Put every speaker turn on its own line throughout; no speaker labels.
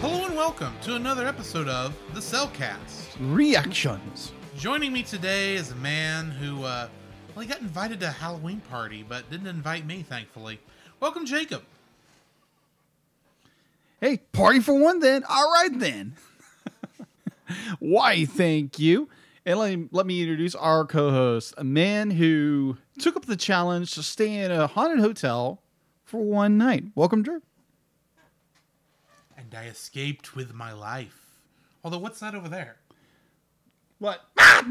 Hello and welcome to another episode of The Cellcast.
reactions.
Joining me today is a man who, uh, well, he got invited to a Halloween party, but didn't invite me, thankfully. Welcome, Jacob.
Hey, party for one then. All right then. Why, thank you. And let me, let me introduce our co host, a man who took up the challenge to stay in a haunted hotel for one night. Welcome, Drew.
And I escaped with my life. Although, what's that over there?
What?
How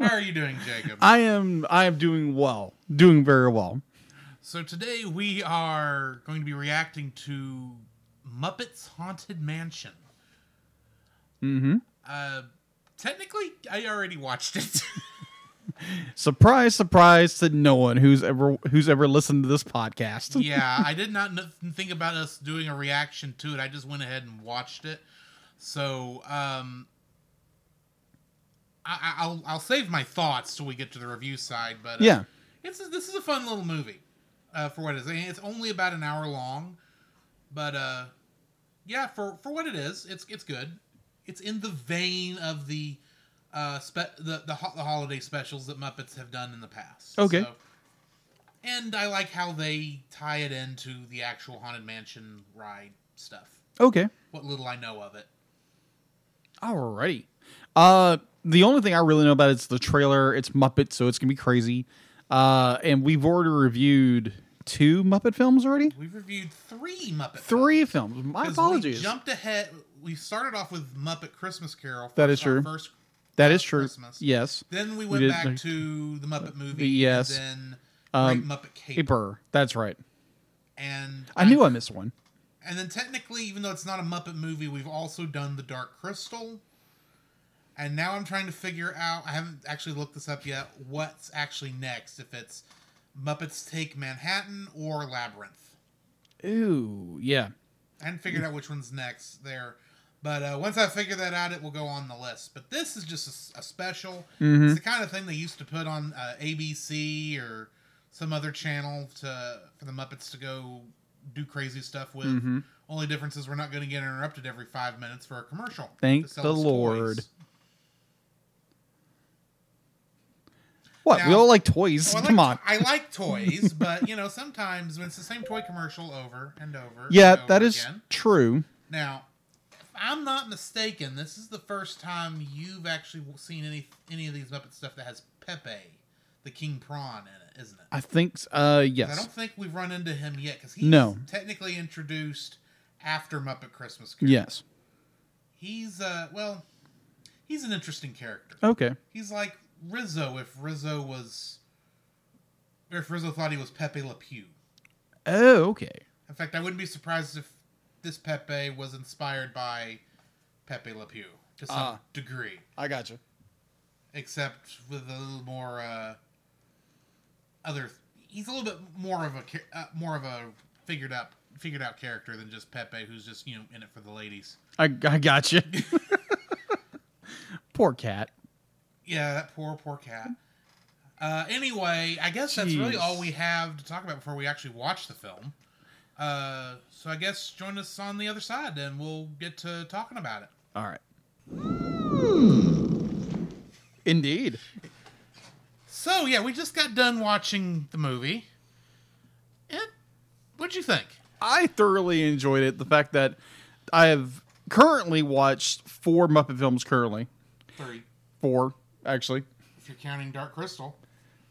are you doing, Jacob?
I am I am doing well. Doing very well.
So, today we are going to be reacting to Muppets Haunted Mansion. Mm hmm. Uh, technically, I already watched it.
Surprise, surprise to no one who's ever who's ever listened to this podcast.
yeah, I did not kn- think about us doing a reaction to it. I just went ahead and watched it. So um, I, I- I'll I'll save my thoughts till we get to the review side. But uh,
Yeah.
it's this is a fun little movie uh, for what it is. I mean, it's only about an hour long, but uh, yeah, for for what it is, it's it's good. It's in the vein of the uh, spe- the the, ho- the holiday specials that Muppets have done in the past.
Okay.
and I like how they tie it into the actual haunted mansion ride stuff.
Okay.
What little I know of it.
Alrighty. Uh, the only thing I really know about it's the trailer. It's Muppet, so it's gonna be crazy. Uh, and we've already reviewed two Muppet films already.
We've reviewed three Muppet.
Three films. My
films, 'cause
apologies.
We jumped ahead. We started off with Muppet Christmas Carol.
That
first-
is
our
true.
First
that is true.
Christmas.
Yes.
Then we went
did
back
the-
to the Muppet movie. And
yes.
then
Um,
Great Muppet Caper.
Paper. That's right.
And
I knew I missed one.
And then technically, even though it's not a Muppet movie, we've also done the Dark Crystal. And now I'm trying to figure out. I haven't actually looked this up yet. What's actually next? If it's Muppets Take Manhattan or Labyrinth?
Ooh, yeah.
I haven't figured out which one's next there. But uh, once I figure that out, it will go on the list. But this is just a s- a, special.
Mm-hmm.
It's the kind of thing they used to put on uh, ABC or some other channel to for the Muppets to go do crazy stuff with.
Mm-hmm.
Only difference is we're not going to get interrupted every five minutes for a commercial.
Thank
to sell
the
us toys.
Lord. What? we
Now-
all like toys.
Well, I
Come
like-
on.
I like toys, but you know sometimes when it's the same toy commercial over and over.
yeah,
and over
that is
again.
true.
Now, if I'm not mistaken, this is the first time you've actually seen any any of these Muppet stuff that has Pepe, the King Prawn, in it, isn't it?
I think. s- Uh,
'Cause I
yes.
don't think we've run into him yet because he's
No.
technically introduced after Muppet Christmas Carol.
Yes.
He's uh well, he's an interesting character.
Okay.
He's like Rizzo if Rizzo was, or if Rizzo thought he was Pepe Le Pew.
Oh, okay.
In fact, I wouldn't be surprised if this Pepe was inspired by Pepe Le Pew to some
Ah.
degree,
I got you.
except with a little more uh, other. He's a little bit more of a cha- uh, more of a figured up figured out character than just Pepe, who's just you know in it for the ladies.
I, I got you. Poor cat.
Yeah, that poor poor cat. Uh, anyway, I guess that's really
Jeez.
all we have to talk about before we actually watch the film. Uh, so I guess join us on the other side, and we'll get to talking about it.
All right. Indeed.
So yeah, we just got done watching the movie. It, what'd you think?
I thoroughly enjoyed it. The fact that I have currently watched four Muppet films currently.
Three,
Four, actually.
if you're counting Dark Crystal.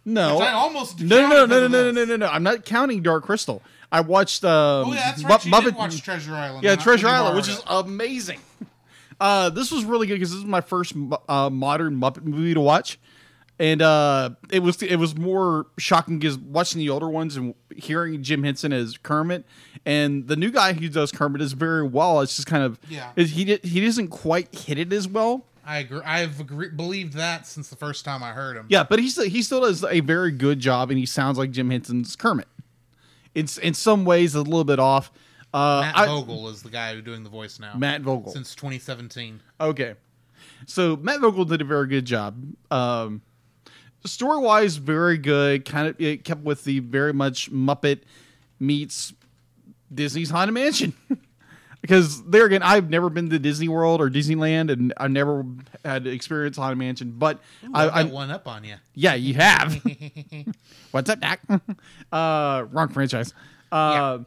No.
Which I almost
Oh. no, no, no,
counted
no, no,
on
no,
this.
no, no, no. I'm not counting Dark Crystal. I watched um,
Oh yeah, that's
Mu-
right. You
Muppet
did watch Treasure Island.
Yeah,
and I-
Treasure
you
Island, which
borrowed
is
it.
amazing. Uh, this was really good because this is my first mu- uh, modern Muppet movie to watch. and uh, it was it was more shocking because watching the older ones and hearing Jim Henson as Kermit, and the new guy who does Kermit is very well. It's just kind of
Yeah.
is- he di- he doesn't quite hit it as well.
I agree. I've agree- believed that since the first time I heard him.
Yeah, but he still he still does a very good job, and he sounds like Jim Henson's Kermit. It's in some ways a little bit off. Uh,
Matt
I-
Vogel is the guy who's doing the voice now.
Matt Vogel.
since 2017.
Okay. So Matt Vogel did a very good job. Um, story wise, very good. Kind of it kept with the very much Muppet meets Disney's Haunted Mansion. because there again, I've never been to Disney World or Disneyland, and I never had experienced Haunted Mansion. But I,
I,
I,
one up on you.
yeah, you have. What's up, Doc? uh, wrong franchise. Uh,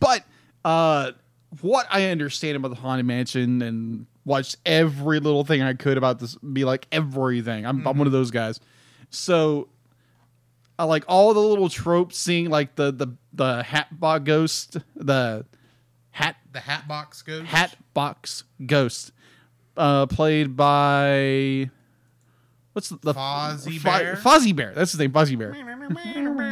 But uh, what I understand about the Haunted Mansion and watched every little thing I could about this, be like everything. I'm, I'm one of those guys. So I like all the little tropes, seeing like the the the hat box ghost, the hat
The Hatbox goes.
hat box ghost, uh, played by. What's the
Fozzie
Fo-
Bear? Hmm.
Fozzie Bear. That's his name, Fozzie
Oh,
Bear.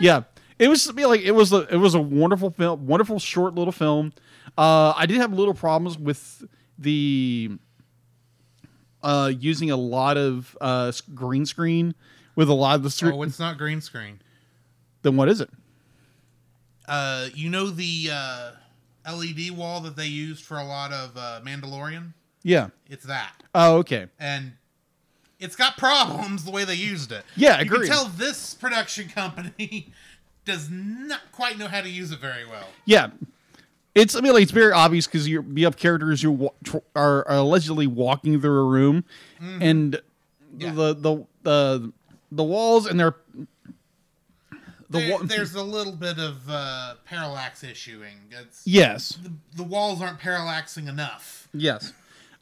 Yeah, it was be like it was a, it was a wonderful film, wonderful short little film. Uh, I did have little problems with the uh, using a lot of uh, s- green screen with a lot of the str-
Oh, it's not green screen.
then what is it?
Uh, you know the uh, LED wall that they used for a lot of uh, Mandalorian.
Yeah.
It's that,
Oh, okay.
and it's got problems the way they used it.
Yeah,
you can
agreed.
tell this production company does not quite know how to use it very well.
Yeah. It's I mean like, it's very obvious because you you have characters who wa- tr- are, are allegedly walking through a room, and
Mm-hmm. Yeah.
the the the the walls and their the
There-
wall
there's a little bit of uh, parallax issuing. It's
yes
the, the walls aren't parallaxing enough.
Yes.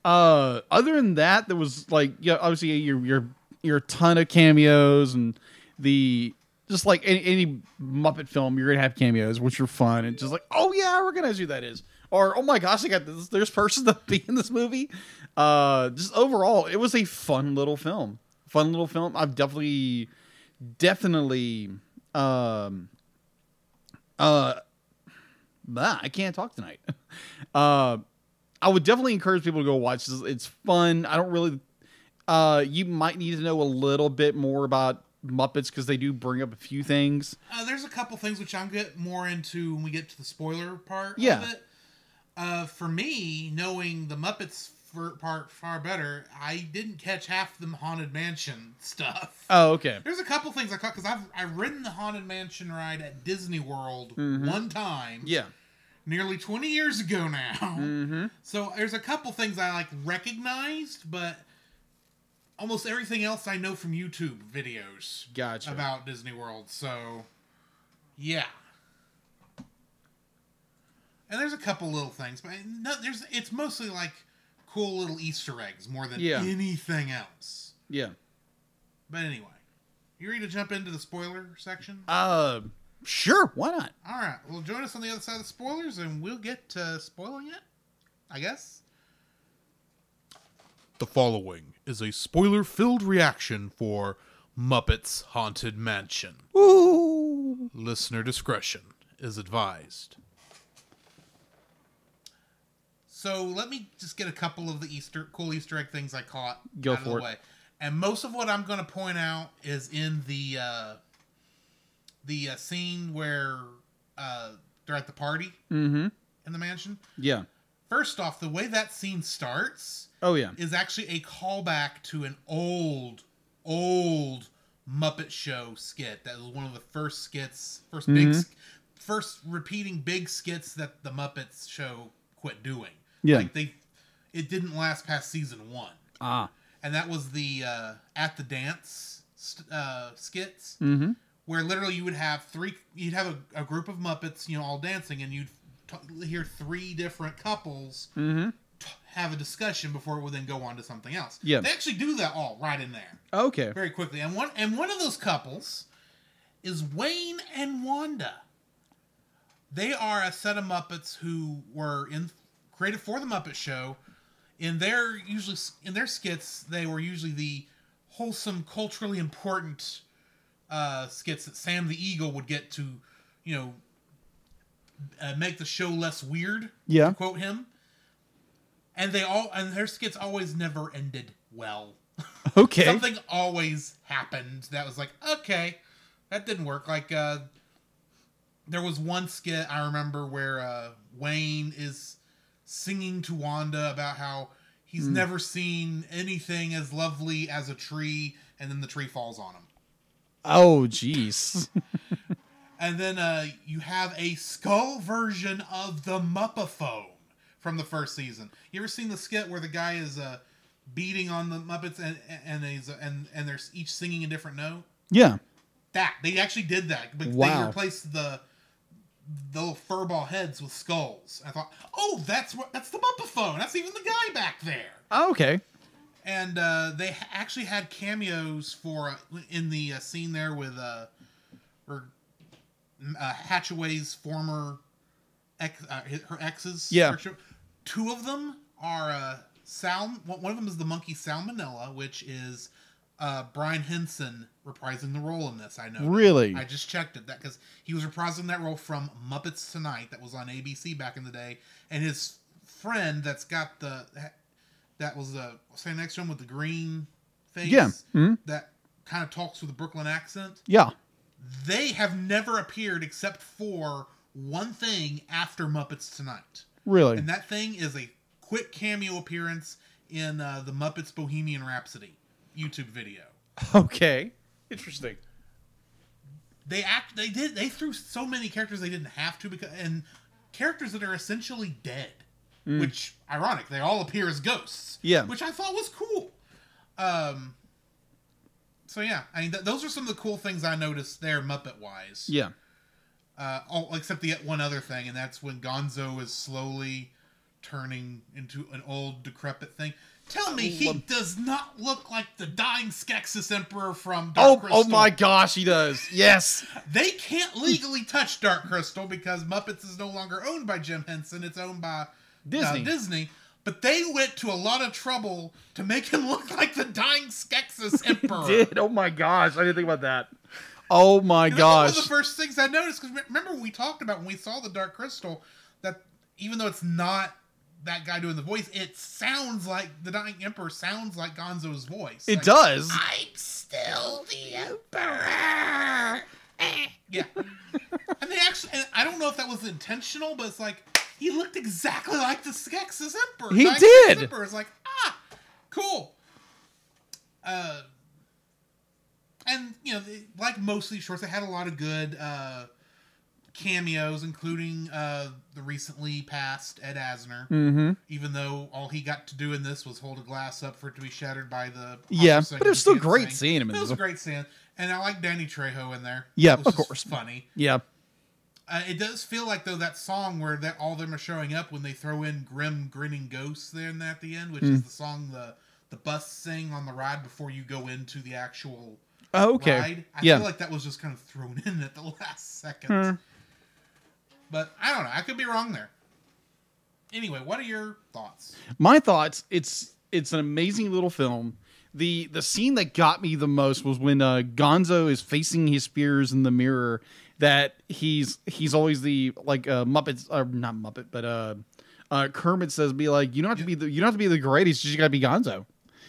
Uh, other than that, there was like yeah, obviously your your your ton of cameos and the just like any, any Muppet film, you're gonna have cameos, which are fun and just like oh yeah, I recognize who that is, or oh my gosh, I got this. There's person to be in this movie. Uh, just overall, it was a fun little film. Fun little film. I've definitely, definitely, um, uh, bah, I can't talk tonight. Uh, I would definitely encourage people to go watch this. It's fun. I don't really. Uh, you might need to know a little bit more about Muppets because they do bring up a few things.
Uh, there's a couple things which I'll get more into when we get to the spoiler part
Yeah.
of it. Uh, for me, knowing the Muppets for, part far better, I didn't catch half the Haunted Mansion stuff.
Oh, okay.
there's a couple things I caught because I've I've ridden the Haunted Mansion ride at Disney World one time,
Mm-hmm. Yeah.
nearly 20 years ago now.
Mm-hmm.
So there's a couple things I like recognized, but almost everything else I know from YouTube videos
Gotcha.
about Disney World. So, yeah. And there's a couple little things, but eh, no, there's it's mostly like cool little Easter eggs more than
Yeah.
anything else.
yeah.
But anyway, you ready to jump into the spoiler section?
Uh, sure. Why not?
All right. Well, join us on the other side of the spoilers, and we'll get to spoiling it. I guess. The following is a spoiler-filled reaction for Muppets Haunted Mansion.
Ooh.
Listener discretion is advised. So let me just get a couple of the Easter cool Easter egg things I caught
Go
out of
for
the
it.
way. And most of what I'm going to point out is in the uh, the uh, scene where uh, they're at the party
Mm-hmm.
in the mansion.
Yeah.
First off, the way that scene starts
Oh yeah.
is actually a callback to an old, old Muppet Show skit that was one of the first skits, 1st big,
Mhm.
sk- first repeating big skits that the Muppets Show quit doing.
Yeah.
Like they, it didn't last past season one,
Ah.
and that was the uh, at the dance st- uh, skits
Mm-hmm.
where literally you would have three you'd have a, a group of muppets you know all dancing and you'd t- hear three different couples
Mm-hmm.
t- have a discussion before it would then go on to something else
Yeah.
they actually do that all right in there
Okay.
very quickly and one and one of those couples is wayne and wanda they are a set of muppets who were in created for the muppet show in their usually in their skits they were usually the wholesome, culturally important uh, skits that Sam the Eagle would get to, you know, uh, make the show less weird.
Yeah.
to quote him. And they all and their skits always never ended well.
Okay.
Something always happened that was like, okay, that didn't work. Like uh there was one skit I remember where uh Wayne is singing to Wanda about how
Hmm.
he's never seen anything as lovely as a tree and then the tree falls on him.
Oh, jeez.
And then uh, you have a skull version of the Muppaphone from the first season. You ever seen the skit where the guy is uh, beating on the Muppets and and he's, and and they're each singing a different note?
yeah.
That they actually did that, but they
Wow.
replaced the the little furball heads with skulls. I thought, oh, that's what that's the Muppaphone. That's even the guy back there
okay.
and uh, they ha- actually had cameos for uh, in the uh, scene there with uh, or, uh, Hatchaway's former ex, uh, hi- her exes.
Yeah.
Her sh- two of them are uh, Sal. One one of them is the monkey Salmonella, which is uh, Brian Henson reprising the role in this. I know.
Really?
I just checked it that because he was reprising that role from Muppets Tonight that was on ABC back in the day, and his friend that's got the that was the standing next to him with the green face
Yeah. Mhm.
that kind of talks with a Brooklyn accent.
Yeah.
They have never appeared except for one thing after Muppets Tonight,
Really.
and that thing is a quick cameo appearance in uh, the Muppets Bohemian Rhapsody YouTube video.
okay. Interesting.
they act they did they threw so many characters they didn't have to because and characters that are essentially dead which ironic they all appear as ghosts
Mm. Yeah.
which i thought was cool um so yeah i mean th- those are some of the cool things i noticed there muppet wise
Yeah.
uh all, except the one other thing and that's when gonzo is slowly turning into an old decrepit thing tell me he does not look like the dying skeksis emperor from Dark
Oh,
Crystal
oh my gosh, he does. Yes.
they can't legally touch Dark Crystal because Muppets is no longer owned by Jim Henson. It's owned by uh,
Disney.
Disney. But they went to a lot of trouble to make him look like the dying Skeksis Emperor.
Oh my gosh, I didn't think about that. Oh my
And that's One of
gosh.
the first things I noticed because remember we talked about when we saw the Dark Crystal that even though it's not that guy doing the voice, it sounds like the dying Emperor sounds like Gonzo's voice.
It
Like,
does.
I'm still the emperor. Eh. Yeah. and they actually, and I don't know if that was intentional, but it's like, he looked exactly like the Skeksis Emperor.
He
The Skeksis
did.
Emperor is like, ah, cool. Uh, and, you know, they- like most of these shorts, they had a lot of good uh, cameos, including uh, the recently passed Ed Asner
Mm-hmm.
even though all he got to do in this was hold a glass up for it to be shattered by the
Yeah,
officer
but it was still
who can't
great
sing.
seeing him in
It was a
this.
great scene, and I like Danny Trejo in there.
Yeah,
which
of
is
course.
funny.
Yeah.
Uh, it does feel like though that song where that all them are showing up when they throw in grim grinning ghosts there in at the end, which
Hmm.
is the song the the bus sing on the ride before you go into the actual
Oh, okay.
ride. I
yeah.
feel like that was just kind of thrown in at the last second.
Hmm.
But I don't know. I could be wrong there. Anyway, what are your thoughts?
my thoughts it's it's an amazing little film the the scene that got me the most was when uh, gonzo is facing his fears in the mirror that he's he's always the like uh muppets or not muppet but uh uh kermit says be like you don't have to be the you don't have to be the greatest you just gotta be gonzo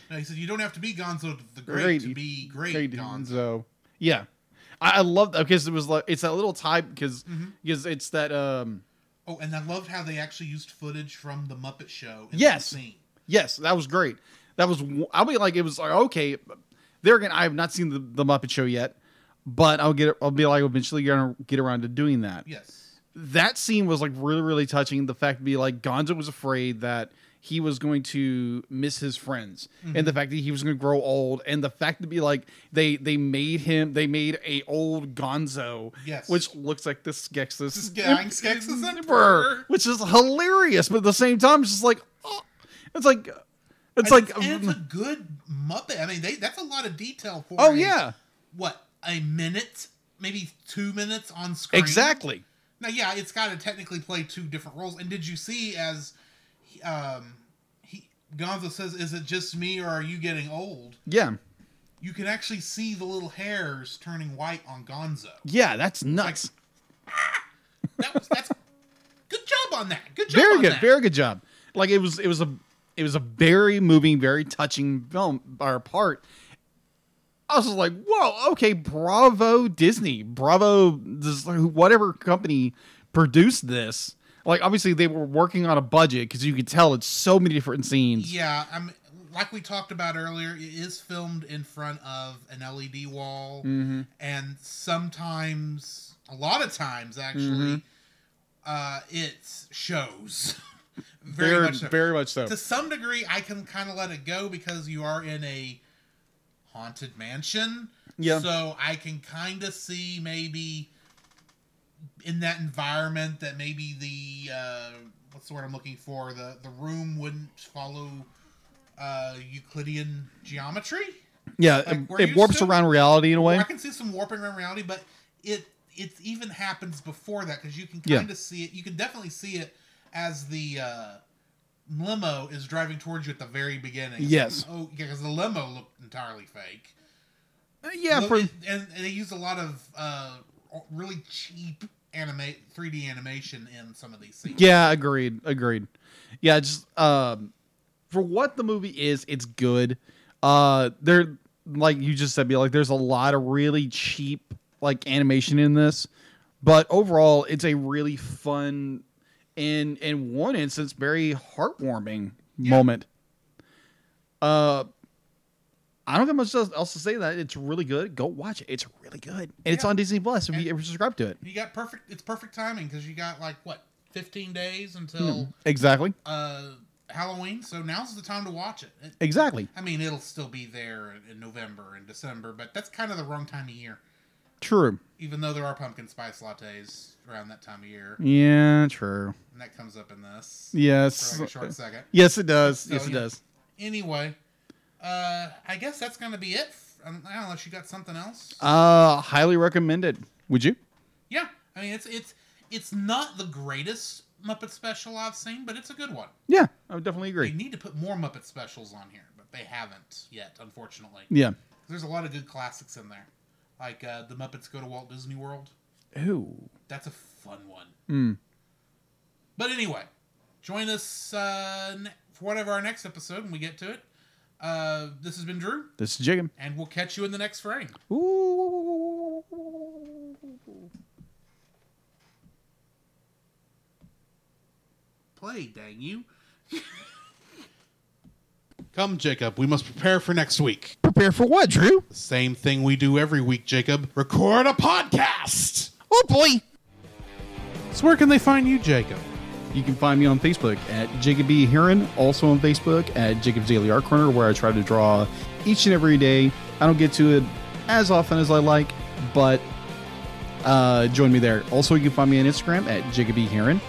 No, he said you don't have to be Gonzo the Great
Great.
to be great,
Great
Gonzo.
Gonzo. Yeah, I, I love that because it was like it's that little type because
Mm-hmm.
because it's that um
Oh, and I loved how they actually used footage from the Muppet Show. In
Yes.
the scene.
Yes, that was great. That was I'll be like it was like okay. There again, I have not seen the, the Muppet Show yet, but I'll get I'll be like eventually gonna get around to doing that.
Yes.
That scene was like really really touching. The fact to be like Gonzo was afraid that he was going to miss his friends, and
Mhm.
the fact that he was going to grow old, and the fact to be like they they made him they made a old Gonzo,
Yes.
which looks like the Skeksis
This guy, Skeksis
Emperor,
Emperor.
which is hilarious, but at the same time, it's just like, oh, it's like,
And
it's like, um,
and it's a good Muppet. I mean, they that's a lot of detail for.
oh
a-
yeah,
What a minute, maybe two minutes on screen.
exactly.
Now, yeah, it's got to technically play two different roles. And did you see as, he- um, he Gonzo says, "Is it just me or are you getting old?"
Yeah,
you can actually see the little hairs turning white on Gonzo.
Yeah, that's nuts.
That was that's good job on that. Good job.
very
on
good,
that.
very good job. Like it was, it was a, it was a very moving, very touching film or part. I was just like, whoa, okay, bravo Disney, bravo, this, whatever company produced this. Like obviously they were working on a budget because you could tell it's so many different scenes.
Yeah, I'm like we talked about earlier. It is filmed in front of an LED wall,
Mm-hmm.
and sometimes, a lot of times, actually, uh, it's shows. very,
Mm-hmm. very,
much so.
very much so.
to some degree, I can kind of let it go because you are in a haunted mansion.
Yeah.
So I can kind of see maybe in that environment that maybe the uh, what's the word I'm looking for the the room wouldn't follow uh, Euclidean geometry.
yeah,
like,
it-
we're
it,
used
warps
to-
around reality in a way.
I can see some warping around reality, but it it even happens before that because you can
Yeah.
kind of see it. You can definitely see it as the uh, limo is driving towards you at the very beginning.
Yes.
Oh, yeah, because the limo looked entirely fake.
Uh, yeah,
Look-
for,
and, and they used a lot of uh, really cheap animate 3D animation in some of these scenes.
Yeah, agreed. Agreed. Yeah, just um for what the movie is, it's good. Uh there like you just said, be like there's a lot of really cheap like animation in this, but overall it's a really fun and in one instance very heartwarming moment. Uh I don't got much else else to say. That it's really good. Go watch it. It's really good, and it's
Yeah.
on Disney Plus. If you ever subscribe to it,
You got perfect. It's perfect timing because you got like what 15 days
Hmm.
until
exactly,
uh, Halloween. So now's the time to watch it. it
exactly,
I mean, it'll still be there in- in November and December, but that's kind of the wrong time of year.
true.
Even though there are pumpkin spice lattes around that time of year,
Yeah, true.
and that comes up in this
Yes.
for like a short second.
Yes, it does.
So,
yes, it
yeah.
does.
Anyway, uh, I guess that's gonna be it. f- un- Unless you got something else.
Uh, highly recommended. Would you?
yeah, I mean, it's it's it's not the greatest Muppet special I've seen, but it's a good one.
Yeah, I would definitely
They
agree.
need to put more Muppet specials on here, but they haven't yet, unfortunately.
Yeah.
There's a lot of good classics in there, like uh, the Muppets Go to Walt Disney World.
Ooh.
That's a fun one.
Mm.
But anyway, join us uh, ne- for whatever our next episode when we get to it. Uh, this has been Drew,
This is Jiggum.
and we'll catch you in the next frame.
Ooh.
Play, dang you.
Come, Jacob, we must prepare for next week.
Prepare for what, Drew?
The same thing we do every week, Jacob record a podcast.
Oh boy.
So, where can they find you, Jacob?
You can find me on Facebook at Jacob B. Heron, also on Facebook at Jacob's Daily Art Corner, where I try to draw each and every day. I don't get to it as often as I like, but uh, join me there. Also, you can find me on Instagram at Jacob B. Heron,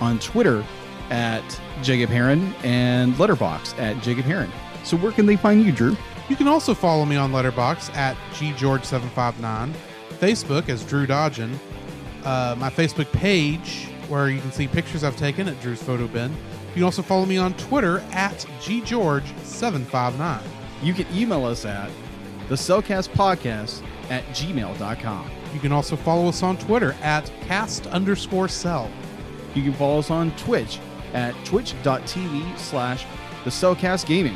on Twitter at Jacob Heron, and Letterbox at Jacob Heron. So, where can they find you, Drew?
You can also follow me on Letterbox at ggeorge759, Facebook as Drew Dodgen, uh, my Facebook page where you can see pictures I've taken at Drew's photo bin. You can also follow me on Twitter at ggeorge759.
You can email us at the Cellcast Podcast at gmail.com.
You can also follow us on Twitter at cast underscore cell.
You can follow us on Twitch at twitch.tv slash the Cellcast Gaming.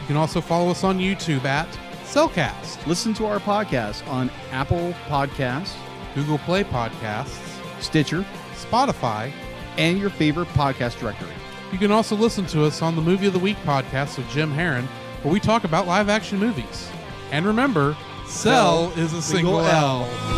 You can also follow us on YouTube at Cellcast,
Listen to our podcast on Apple Podcasts,
Google Play Podcasts,
Stitcher,
Spotify.
and your favorite podcast directory.
You can also listen to us on the Movie of the Week podcast with Jim Heron, where we talk about live action movies. And remember, Cell is a single, L.